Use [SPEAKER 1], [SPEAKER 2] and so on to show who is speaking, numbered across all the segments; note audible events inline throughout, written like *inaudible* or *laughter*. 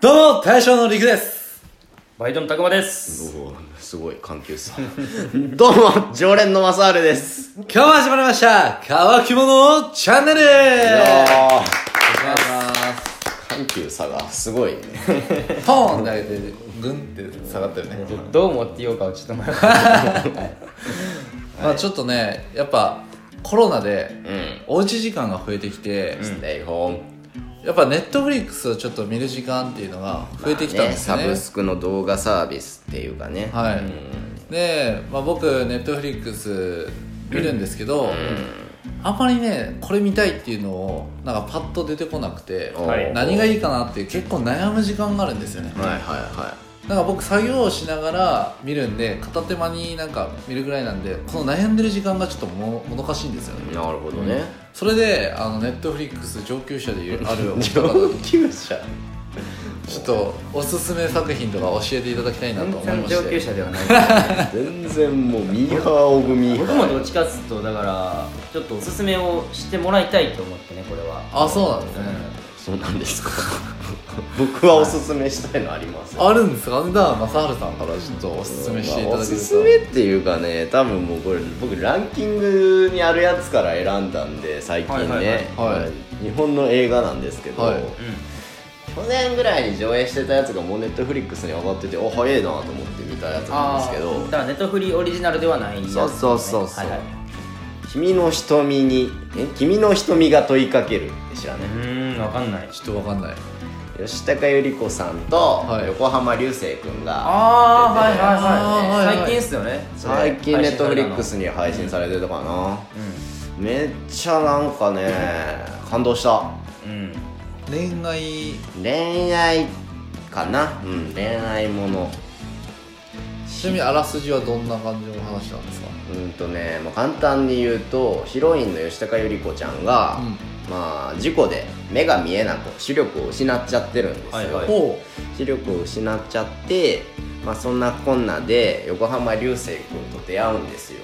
[SPEAKER 1] 大将の陸です
[SPEAKER 2] バイトのたくまです。
[SPEAKER 3] おおすごい緩急さ *laughs* どうも常連のマサールです
[SPEAKER 1] 今日も始まりました乾き物チャンネル
[SPEAKER 3] いや
[SPEAKER 1] お願いします
[SPEAKER 3] ー緩急差がすごいね
[SPEAKER 1] ポーンって上げてグンって下がったよね、
[SPEAKER 2] どう思ってようかをちょっと迷って。
[SPEAKER 1] まあちょっとねやっぱコロナで
[SPEAKER 3] うん
[SPEAKER 1] おうち時間が増えてきて、
[SPEAKER 3] ステイホーム
[SPEAKER 1] やっぱネットフリックスをちょっと見る時間っていうのが増えてきたんですよ
[SPEAKER 3] まあ
[SPEAKER 1] ね,、
[SPEAKER 3] サブスクの動画サービスっていうかね
[SPEAKER 1] はい、
[SPEAKER 3] うん
[SPEAKER 1] で、まあ、僕ネットフリックス見るんですけど、あんまりねこれ見たいっていうのをなんかパッと出てこなくて、
[SPEAKER 3] おー
[SPEAKER 2] はい
[SPEAKER 1] 何がいいかなって結構悩む時間があるんですよね
[SPEAKER 3] はいはいは
[SPEAKER 1] なんか僕作業をしながら見るんで片手間になんか見るぐらいなんでこの悩んでる時間がちょっとももどかしいんですよ
[SPEAKER 3] い
[SPEAKER 1] ね
[SPEAKER 3] なるほどね
[SPEAKER 1] それであのネットフリックス上級者でいうあるちょ *laughs*
[SPEAKER 3] 上級者
[SPEAKER 1] っとおすすめ作品とか教えていただきたいなと思いまし
[SPEAKER 2] 上級
[SPEAKER 1] て
[SPEAKER 2] 者ではない。
[SPEAKER 3] 全然もうミーハーオブミー
[SPEAKER 2] 僕も
[SPEAKER 3] ハー
[SPEAKER 2] どっちかっつうと、だから、ちょっとおすすめをしてもらいたいと思ってね、これは。
[SPEAKER 1] あそうなんですね
[SPEAKER 3] そうなんですか僕はおすすめしたいのあります
[SPEAKER 1] あるんですかじゃあ正治さんからちょっとおすすめしていただけると、
[SPEAKER 3] まあおすすめっていうかね多分もうこれ僕ランキングにあるやつから選んだんで最近
[SPEAKER 2] は
[SPEAKER 3] ね、
[SPEAKER 2] いは
[SPEAKER 1] は
[SPEAKER 2] い
[SPEAKER 1] いはい
[SPEAKER 3] 日本の映画なんですけど、
[SPEAKER 1] はい
[SPEAKER 3] 去年ぐらいに上映してたやつがもうネットフリックスに上がっててお早いなと思って見たやつなんですけど
[SPEAKER 2] だからネットフリーオリジナルではないやつですね。
[SPEAKER 3] そうそうそうそ
[SPEAKER 2] は
[SPEAKER 3] う
[SPEAKER 2] いはい
[SPEAKER 3] 「君の瞳にえ君の瞳が問いかける」って知ら
[SPEAKER 2] う
[SPEAKER 3] ね
[SPEAKER 2] ーん、わかんない。
[SPEAKER 1] ちょっとわかんない
[SPEAKER 3] 吉高由里子さんと
[SPEAKER 1] はい
[SPEAKER 3] 横浜流星君が、
[SPEAKER 2] あー、はい
[SPEAKER 1] はいはい
[SPEAKER 2] 最近っすよね。それ
[SPEAKER 3] 最近ネットフリック。
[SPEAKER 2] 配信さ
[SPEAKER 3] スに配信されてたかな、
[SPEAKER 2] れ
[SPEAKER 3] めっちゃなんかね感動した
[SPEAKER 2] たのうん。うん。
[SPEAKER 1] 恋愛
[SPEAKER 3] 恋愛かなうん恋愛もの
[SPEAKER 1] ちなみにあらすじはどんな感じの話なんですか
[SPEAKER 3] うんとね、まあ、簡単に言うとヒロインの吉高由里子ちゃんが、
[SPEAKER 1] うん
[SPEAKER 3] まあ事故で目が見えなく視力を失っちゃってるんですよ、
[SPEAKER 2] はいはい
[SPEAKER 1] おう
[SPEAKER 3] 視力を失っちゃって、まあ、そんなこんなで横浜流星君と出会うんですよ
[SPEAKER 1] う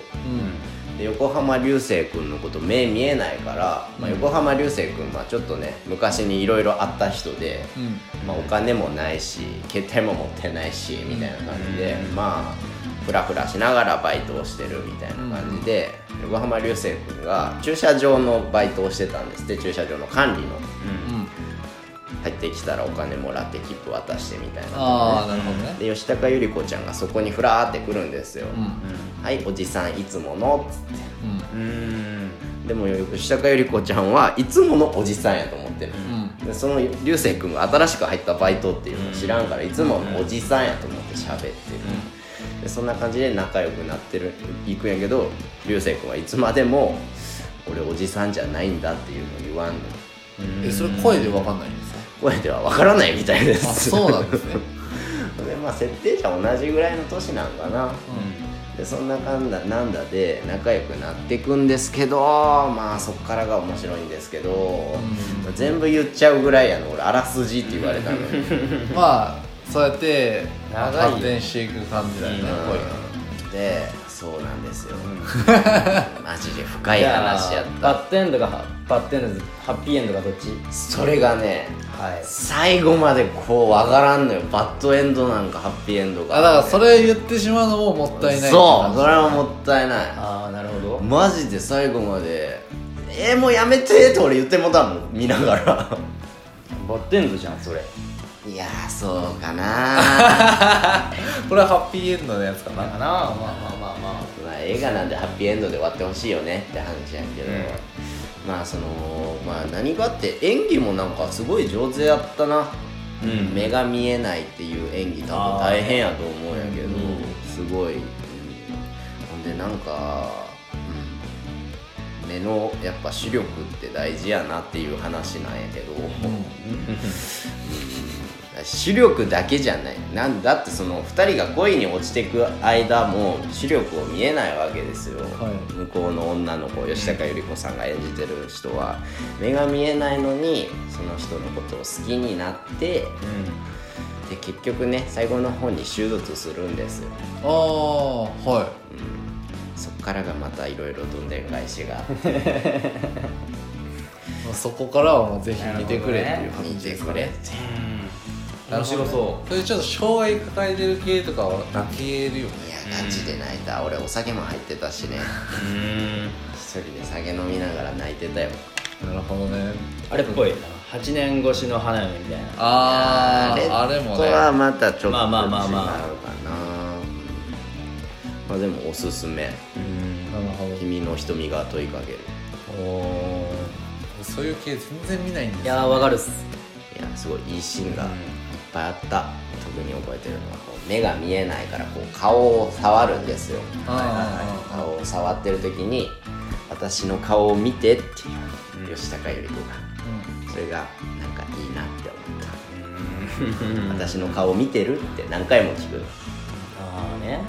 [SPEAKER 3] で横浜流星君のこと目見えないから、まあ、横浜流星君はちょっとね昔にいろいろあった人で、
[SPEAKER 1] んうん
[SPEAKER 3] まあ、お金もないし携帯も持ってないしみたいな感じで、
[SPEAKER 2] うん
[SPEAKER 3] まあフラフラしながらバイトをしてるみたいな感じで、横浜流星君が駐車場のバイトをしてたんですって駐車場の管理の
[SPEAKER 2] うん。
[SPEAKER 1] うん
[SPEAKER 3] 入ってきたらお金もらって切符渡してみたい
[SPEAKER 1] あ
[SPEAKER 3] な、
[SPEAKER 1] あなるほどね
[SPEAKER 3] で吉高由里子ちゃんがそこにフラーって来るんですよ、
[SPEAKER 1] うん
[SPEAKER 3] はいおじさんいつものっつって
[SPEAKER 1] うん
[SPEAKER 2] うん。うん。
[SPEAKER 3] でも吉高由里子ちゃんはいつものおじさんやと思ってる、
[SPEAKER 1] うん
[SPEAKER 3] でその流星君が新しく入ったバイトっていうのを知らんからいつもおじさんやと思って喋ってる、でそんな感じで仲良くなってるいくんやけど流星君はいつまでも「俺おじさんじゃないんだ」っていうのを言わんの
[SPEAKER 1] えそれ声でわかんないんですか
[SPEAKER 3] 声ではわからないみたいで
[SPEAKER 1] あ
[SPEAKER 3] す
[SPEAKER 1] そうなんですね *laughs*
[SPEAKER 3] *laughs* でまあ設定じゃ同じぐらいの年なんかなでそんなかんだなんだで仲良くなっていくんですけどまあそっからが面白いんですけど、
[SPEAKER 1] う
[SPEAKER 3] 全部言っちゃうぐらいやの俺あらすじって言われたのに
[SPEAKER 1] うんまあそうやって
[SPEAKER 2] 長いよ
[SPEAKER 1] 発展していく感じだよね
[SPEAKER 2] うん
[SPEAKER 1] 恋が
[SPEAKER 3] でそうなんですよ、
[SPEAKER 2] ん
[SPEAKER 3] *laughs* マジで深い話やっ
[SPEAKER 2] バッドエンドがハバッドエンドハッピーエンドがどっち
[SPEAKER 3] たそれがね
[SPEAKER 2] はい
[SPEAKER 3] 最後までこうわからんのよバッドエンドなんかハッピーエンドが
[SPEAKER 1] あだからそれ言ってしまうのももったいない
[SPEAKER 3] そう
[SPEAKER 1] う
[SPEAKER 3] それはもったいない
[SPEAKER 2] ああなるほど
[SPEAKER 3] マジで最後まで「えー、もうやめて」って俺言ってもたもん見なが
[SPEAKER 1] *laughs*
[SPEAKER 3] ら
[SPEAKER 2] バッドエンドじゃんそれ
[SPEAKER 3] いやーそうかな
[SPEAKER 1] これはハッピーエンドのやつか
[SPEAKER 2] まあ
[SPEAKER 1] な
[SPEAKER 2] かなまあまあまあまあ
[SPEAKER 3] まあ映画なんでハッピーエンドで終わってほしいよねって話やけど、まあそのまあ何があって演技もなんかすごい上手やったな、
[SPEAKER 2] うん
[SPEAKER 3] 目が見えないっていう演技多分大変やと思うんやけど、すごい、うんほんでなんか、うん、目のやっぱ視力って大事やなっていう話なんやけど、視力だけじゃないなんだってその2人が恋に落ちてく間も視力を見えないわけですよ、
[SPEAKER 1] い
[SPEAKER 3] 向こうの女の子吉高由里子さんが演じてる人は目が見えないのにその人のことを好きになってで結局ね最後の方に手術するんですよ
[SPEAKER 1] ああは
[SPEAKER 3] そっからがまたいろいろどんでん返しがあっ
[SPEAKER 1] *laughs*
[SPEAKER 3] て
[SPEAKER 1] いまあそこからはもうぜひ見てくれっていう
[SPEAKER 3] 見
[SPEAKER 1] 感じ
[SPEAKER 3] て
[SPEAKER 1] です
[SPEAKER 3] く
[SPEAKER 1] か
[SPEAKER 3] れっ
[SPEAKER 1] ね
[SPEAKER 3] て
[SPEAKER 1] なるほ
[SPEAKER 2] 面
[SPEAKER 1] ど
[SPEAKER 2] 白そ
[SPEAKER 1] そういうちょっと障害抱えてる系とかは泣けるよね
[SPEAKER 3] いやガチで泣いた俺お酒も入ってたし
[SPEAKER 1] *laughs*
[SPEAKER 3] ね
[SPEAKER 2] ううん
[SPEAKER 3] 一人で酒飲みながら泣いてたよ
[SPEAKER 1] なるほどね
[SPEAKER 2] あれっぽいな8年越しの花嫁みたいな
[SPEAKER 1] あーあれも
[SPEAKER 3] と
[SPEAKER 1] ね
[SPEAKER 3] はまたちょっと違う
[SPEAKER 2] まあ
[SPEAKER 3] かな、
[SPEAKER 2] まあまあまあ
[SPEAKER 3] まあでもおすすめ
[SPEAKER 2] うん
[SPEAKER 1] なるほ
[SPEAKER 3] 君の瞳が問いかける
[SPEAKER 1] どおーそういう系全然見ないんです
[SPEAKER 2] いやーわかるっす
[SPEAKER 3] いやすごいいいシーンがいっぱいあった、特に覚えてるのはこう目が見えないからこう顔を触るんですよ
[SPEAKER 1] あー
[SPEAKER 3] 顔を触ってる時に「私の顔を見て」っていう吉高由里子がそれがなんかいいなって思った「私の顔を見てる?」って何回も聞く
[SPEAKER 2] ああね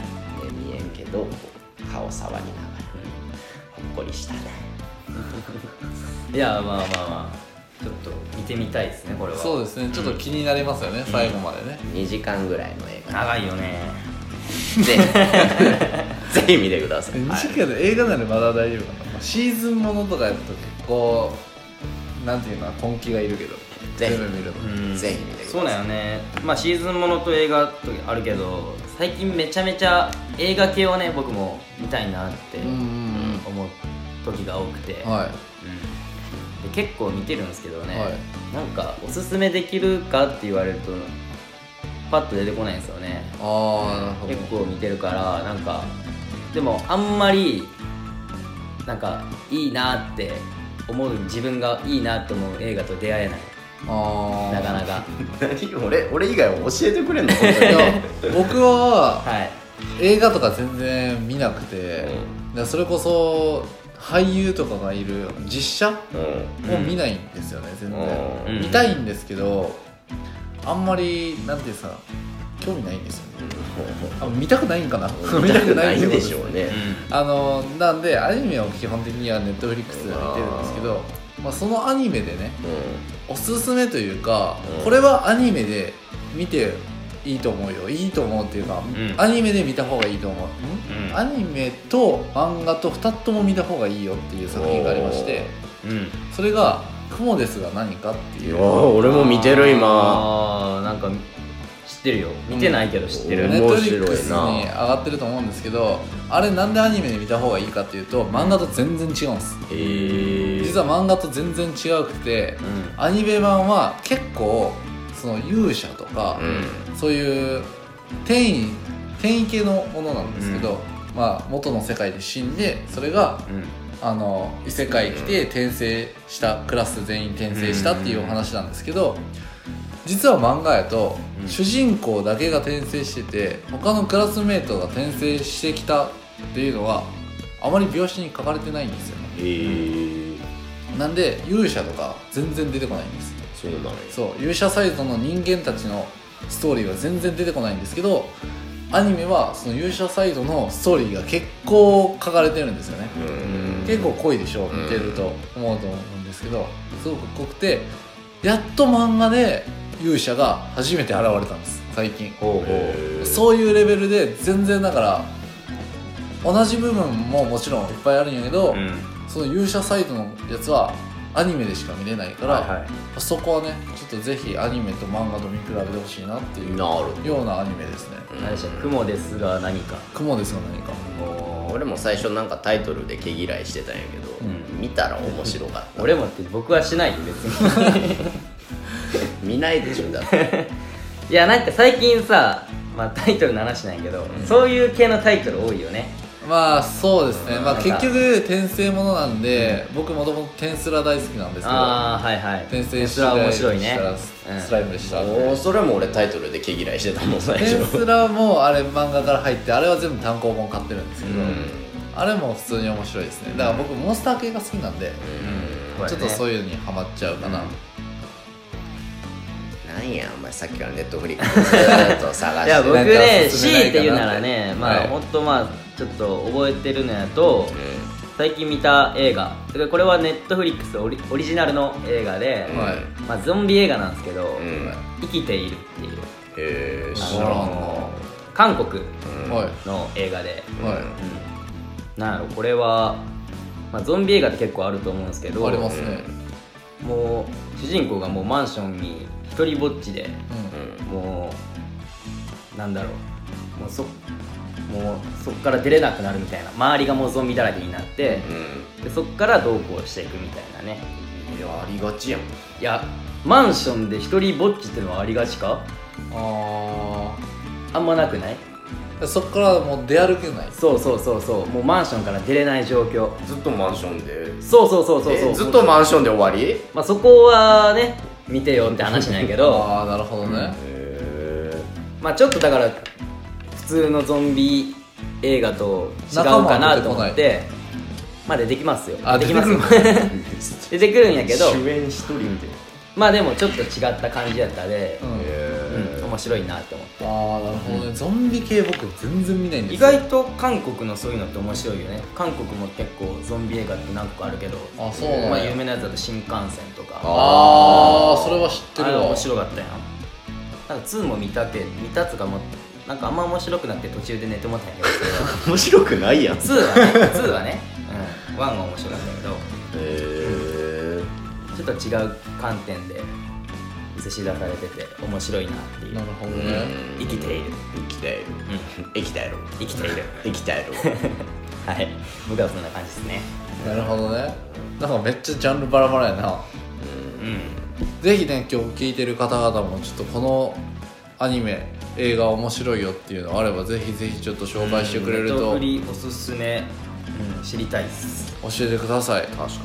[SPEAKER 3] 目見えんけどこう顔触りながらほっこりしたね
[SPEAKER 2] いやーまあまあまあちょっと見てみたいですねこれ
[SPEAKER 1] う
[SPEAKER 2] は
[SPEAKER 1] んそうですねちょっと気になりますよね、最後までね
[SPEAKER 3] 2時間ぐらいの映画
[SPEAKER 2] 長いよね
[SPEAKER 3] ぜひぜひ見てください、
[SPEAKER 1] 2
[SPEAKER 3] はい
[SPEAKER 1] 時間で映画ならまだ大丈夫かな、シーズンものとかやると結構なんていうのかな根気がいるけど
[SPEAKER 3] ぜひ
[SPEAKER 1] 全部見るの、
[SPEAKER 2] うん
[SPEAKER 3] ぜひ見てください
[SPEAKER 2] そうだよねまあシーズンものと映画とあるけど最近めちゃめちゃ映画系をね僕も見たいなって
[SPEAKER 1] うんうんうん
[SPEAKER 2] 思う時が多くて、
[SPEAKER 1] はい
[SPEAKER 2] うんで結構見てるんですけどね、
[SPEAKER 1] はい
[SPEAKER 2] なんかおすすめできるかって言われるとパッと出てこないんですよね
[SPEAKER 1] ああなるほど
[SPEAKER 2] 結構見てるからなんかでもあんまりなんかいいなって思う自分がいいなって思う映画と出会えない
[SPEAKER 1] あ
[SPEAKER 2] なか
[SPEAKER 1] あ
[SPEAKER 2] なか
[SPEAKER 3] 何俺俺以外は教えてくれんの本当
[SPEAKER 1] い
[SPEAKER 3] に
[SPEAKER 1] や僕は
[SPEAKER 2] はい
[SPEAKER 1] 映画とか全然見なくて、だからそれこそ俳優とかがいる実写
[SPEAKER 3] う
[SPEAKER 1] を見ないんですよね、全然、
[SPEAKER 2] うん
[SPEAKER 1] 見たいんですけどあんまりなんていうさ興味ないんですよねあ見たくないんかな
[SPEAKER 3] ん *laughs* 見たくない
[SPEAKER 1] って
[SPEAKER 3] ん
[SPEAKER 1] こと
[SPEAKER 3] ですしょうね
[SPEAKER 1] あのなんでアニメを基本的にはネットフリックスで見てるんですけどまあ、そのアニメでね
[SPEAKER 3] う
[SPEAKER 1] おすすめというか、
[SPEAKER 3] うん
[SPEAKER 1] これはアニメで見ていいと思うよいいと思うっていうか、
[SPEAKER 2] ん
[SPEAKER 1] アニメで見た方がいいと思う、
[SPEAKER 2] うん
[SPEAKER 1] アニメと漫画と2つとも見た方がいいよっていう作品がありまして
[SPEAKER 2] うん
[SPEAKER 1] それが「雲ですが何か」ってい
[SPEAKER 3] ん
[SPEAKER 1] う
[SPEAKER 3] うわ俺も見てる今
[SPEAKER 2] あーなんか知ってるよ見てないけど知ってる、
[SPEAKER 3] うん
[SPEAKER 1] ネッ
[SPEAKER 3] 面
[SPEAKER 1] トフリ
[SPEAKER 3] 白い
[SPEAKER 1] ッ
[SPEAKER 3] な
[SPEAKER 1] クスに上がってると思うんですけどあれなんでアニメで見た方がいいかっていうと漫画と全然違うんです
[SPEAKER 3] へえ
[SPEAKER 1] 実は漫画と全然違くて
[SPEAKER 2] うん
[SPEAKER 1] アニメ版は結構その勇者とか、
[SPEAKER 3] うん
[SPEAKER 1] そういう転移転移系のものなんですけど、まあ、元の世界で死んでそれが
[SPEAKER 2] うん
[SPEAKER 1] あの異世界来て転生したクラス全員転生したっていうお話なんですけど実は漫画やと
[SPEAKER 2] うん
[SPEAKER 1] 主人公だけが転生してて他のクラスメートが転生してきたっていうのはあまり描写に書かれてないんですよね
[SPEAKER 3] へえ
[SPEAKER 1] なんで勇者とか全然出てこないんです
[SPEAKER 3] そうなんや
[SPEAKER 1] そう勇者サイドの人間たちのストーリーは全然出てこないんですけどアニメはその勇者サイドのストーリーが結構書かれてるんですよね
[SPEAKER 3] うん
[SPEAKER 1] 結構濃いでしょ見てると思うと思うんですけどすごく濃くてやっと漫画で勇者が初めて現れたんです最近
[SPEAKER 2] ほうほう
[SPEAKER 3] へー
[SPEAKER 1] そういうレベルで全然だから同じ部分ももちろんいっぱいあるんやけど、
[SPEAKER 2] うん
[SPEAKER 1] その勇者サイドのやつはアニメでしか見れないから、
[SPEAKER 2] はいはい
[SPEAKER 1] そこはねちょっとぜひアニメと漫画と見比べてほしいなっていう
[SPEAKER 3] なるほど
[SPEAKER 1] ようなアニメですね
[SPEAKER 2] 何でしたっけ雲ですが何か
[SPEAKER 1] 雲ですが何か
[SPEAKER 3] もう俺も最初なんかタイトルで毛嫌いしてたんやけど、
[SPEAKER 2] ん
[SPEAKER 3] 見たら面白かった
[SPEAKER 2] 俺もって僕はしないよ別に
[SPEAKER 3] 見ないでしょだって
[SPEAKER 2] いやなんか最近さ、まあ、タイトルの話なんやけど、そういう系のタイトル多いよね
[SPEAKER 1] まあそうですね、まあ、
[SPEAKER 2] なん
[SPEAKER 1] 結
[SPEAKER 2] か
[SPEAKER 1] 局転生ものなんで、僕もともと転スラ大好きなんですけど
[SPEAKER 2] ああはいはい
[SPEAKER 1] 転生し
[SPEAKER 2] それは
[SPEAKER 1] た
[SPEAKER 2] 面
[SPEAKER 1] り
[SPEAKER 2] 白いね
[SPEAKER 1] したら
[SPEAKER 2] うん
[SPEAKER 1] スライムでした、
[SPEAKER 3] もうそれも俺タイトルで毛嫌いしてたもん最
[SPEAKER 1] テン
[SPEAKER 3] 初
[SPEAKER 1] スラもあれ漫画から入ってあれは全部単行本買ってるんですけ
[SPEAKER 3] う
[SPEAKER 1] ど、
[SPEAKER 3] ん
[SPEAKER 1] あれも普通に面白いですねだから僕モンスター系が好きなんで、
[SPEAKER 2] これ
[SPEAKER 1] ちょっ
[SPEAKER 2] ね
[SPEAKER 1] とそういうのにハマっちゃうかな、
[SPEAKER 2] うん
[SPEAKER 3] なんやお前さっきからネットフリックスずーっと探して
[SPEAKER 2] いや僕
[SPEAKER 1] なんか
[SPEAKER 2] ね
[SPEAKER 1] 進めないかなって
[SPEAKER 2] 強いて言うならねま
[SPEAKER 1] は
[SPEAKER 2] あ
[SPEAKER 1] い
[SPEAKER 2] 本当まあちょっと覚えてるのやと
[SPEAKER 3] う
[SPEAKER 2] 最近見た映画でこれはネットフリックスオリオリジナルの映画で、
[SPEAKER 3] ん
[SPEAKER 1] はい
[SPEAKER 2] まあ、ゾンビ映画なんですけど、
[SPEAKER 3] んうんへ
[SPEAKER 2] 生きているっていう
[SPEAKER 3] え知
[SPEAKER 1] あ
[SPEAKER 3] らん
[SPEAKER 1] ら
[SPEAKER 2] の韓国
[SPEAKER 3] うん
[SPEAKER 1] はい
[SPEAKER 2] の映画で、
[SPEAKER 1] はい
[SPEAKER 2] うん、なんやろこれは、まあ、ゾンビ映画って結構あると思うんですけど
[SPEAKER 1] ありますね
[SPEAKER 2] もう主人公がもうマンションに一一人ぼっちで
[SPEAKER 1] うん
[SPEAKER 2] もうなんだろうもうそもうそっから出れなくなるみたいな周りがもうゾンビだらけになって
[SPEAKER 3] うん、
[SPEAKER 2] でそっからどうこうしていくみたいなね
[SPEAKER 3] いやありがちやん
[SPEAKER 2] いやマンションで一人ぼっちってのはありがちか
[SPEAKER 1] あ
[SPEAKER 2] あんまなくない
[SPEAKER 1] あそっからもう出歩けない
[SPEAKER 2] そうそうそうそうもうマンションから出れない状況
[SPEAKER 3] ずっとマンションで
[SPEAKER 2] そうそうそうそうそう
[SPEAKER 3] えずっとマンションで終わりへ
[SPEAKER 2] まあそこはね見てよって話なんやけど *laughs*
[SPEAKER 1] ああなるほどね、
[SPEAKER 3] え
[SPEAKER 2] まあちょっとだから普通のゾンビ映画と違うかなと
[SPEAKER 1] 仲
[SPEAKER 2] 思
[SPEAKER 1] 間は
[SPEAKER 2] っ
[SPEAKER 1] 出
[SPEAKER 2] てまあ出てきますよ
[SPEAKER 1] あ
[SPEAKER 2] できますよ *laughs* 出てくるんやけど
[SPEAKER 3] 主演一人みたいな
[SPEAKER 2] まあでもちょっと違った感じやったで
[SPEAKER 1] う、ん
[SPEAKER 2] うん、面白いなって思って
[SPEAKER 1] ああなるほどね、ゾンビ系僕全然見ないんです
[SPEAKER 2] 意
[SPEAKER 1] よ
[SPEAKER 2] 外と韓国のそういうのって面白いよね韓国も結構ゾンビ映画って何個かあるけど
[SPEAKER 1] あそうなんや
[SPEAKER 2] まあ有名なやつだと新幹線とか
[SPEAKER 1] ああそれは知って
[SPEAKER 2] あれ
[SPEAKER 1] る
[SPEAKER 2] は
[SPEAKER 1] わ
[SPEAKER 2] 面白かったやんなんか2も見たけ見たっつうかもうなんかあんま面白くなくて途中で寝てもったんやけど
[SPEAKER 3] 面白くないやんへ
[SPEAKER 2] それは2はね2はね、うん、1は面白かったけど
[SPEAKER 3] え
[SPEAKER 2] ちょっと違う観点で映し出されてて面白いなっていう
[SPEAKER 1] なるほど
[SPEAKER 3] う
[SPEAKER 1] ね、
[SPEAKER 2] 生きている、
[SPEAKER 3] 生きている
[SPEAKER 2] うん、
[SPEAKER 3] 生きている
[SPEAKER 2] 生きている
[SPEAKER 3] *laughs* 生きている
[SPEAKER 2] はい僕はそんな感じですね
[SPEAKER 1] なるほどねなんかめっちゃジャンルバラバラやな
[SPEAKER 2] うん
[SPEAKER 1] ぜひね今日聞いてる方々もちょっとこのアニメ映画面白いよっていうのあればぜひぜひちょっと紹介してくれる
[SPEAKER 2] ネット
[SPEAKER 1] と
[SPEAKER 2] フリおすすめ、うん、知りたいっす
[SPEAKER 1] 教えてください
[SPEAKER 3] 確かにね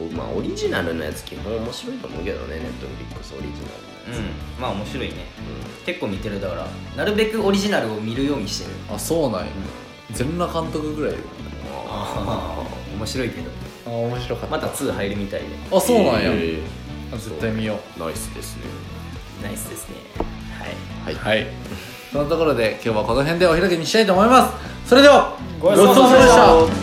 [SPEAKER 3] おまあオリジナルのやつ基本面白いと思うけどねネットフリックスオリジ
[SPEAKER 2] う
[SPEAKER 3] ナルのや
[SPEAKER 2] んまあ面白いね
[SPEAKER 3] つ、うん
[SPEAKER 2] 結構見てるだからなるべくオリジナルを見るようにしてる
[SPEAKER 1] あそうなんや全裸監督ぐらいいる
[SPEAKER 2] ああ *laughs* 面白いけど
[SPEAKER 1] あ面白か
[SPEAKER 2] また2入るみたいで
[SPEAKER 1] あそうなんや、
[SPEAKER 3] え
[SPEAKER 1] あ絶対見よう
[SPEAKER 3] ーナイスですね
[SPEAKER 2] ナイスですねはい
[SPEAKER 3] はい
[SPEAKER 1] はいそのところで今日はこの辺でお開きにしたいと思いますそれでは
[SPEAKER 2] ごちそうさまでした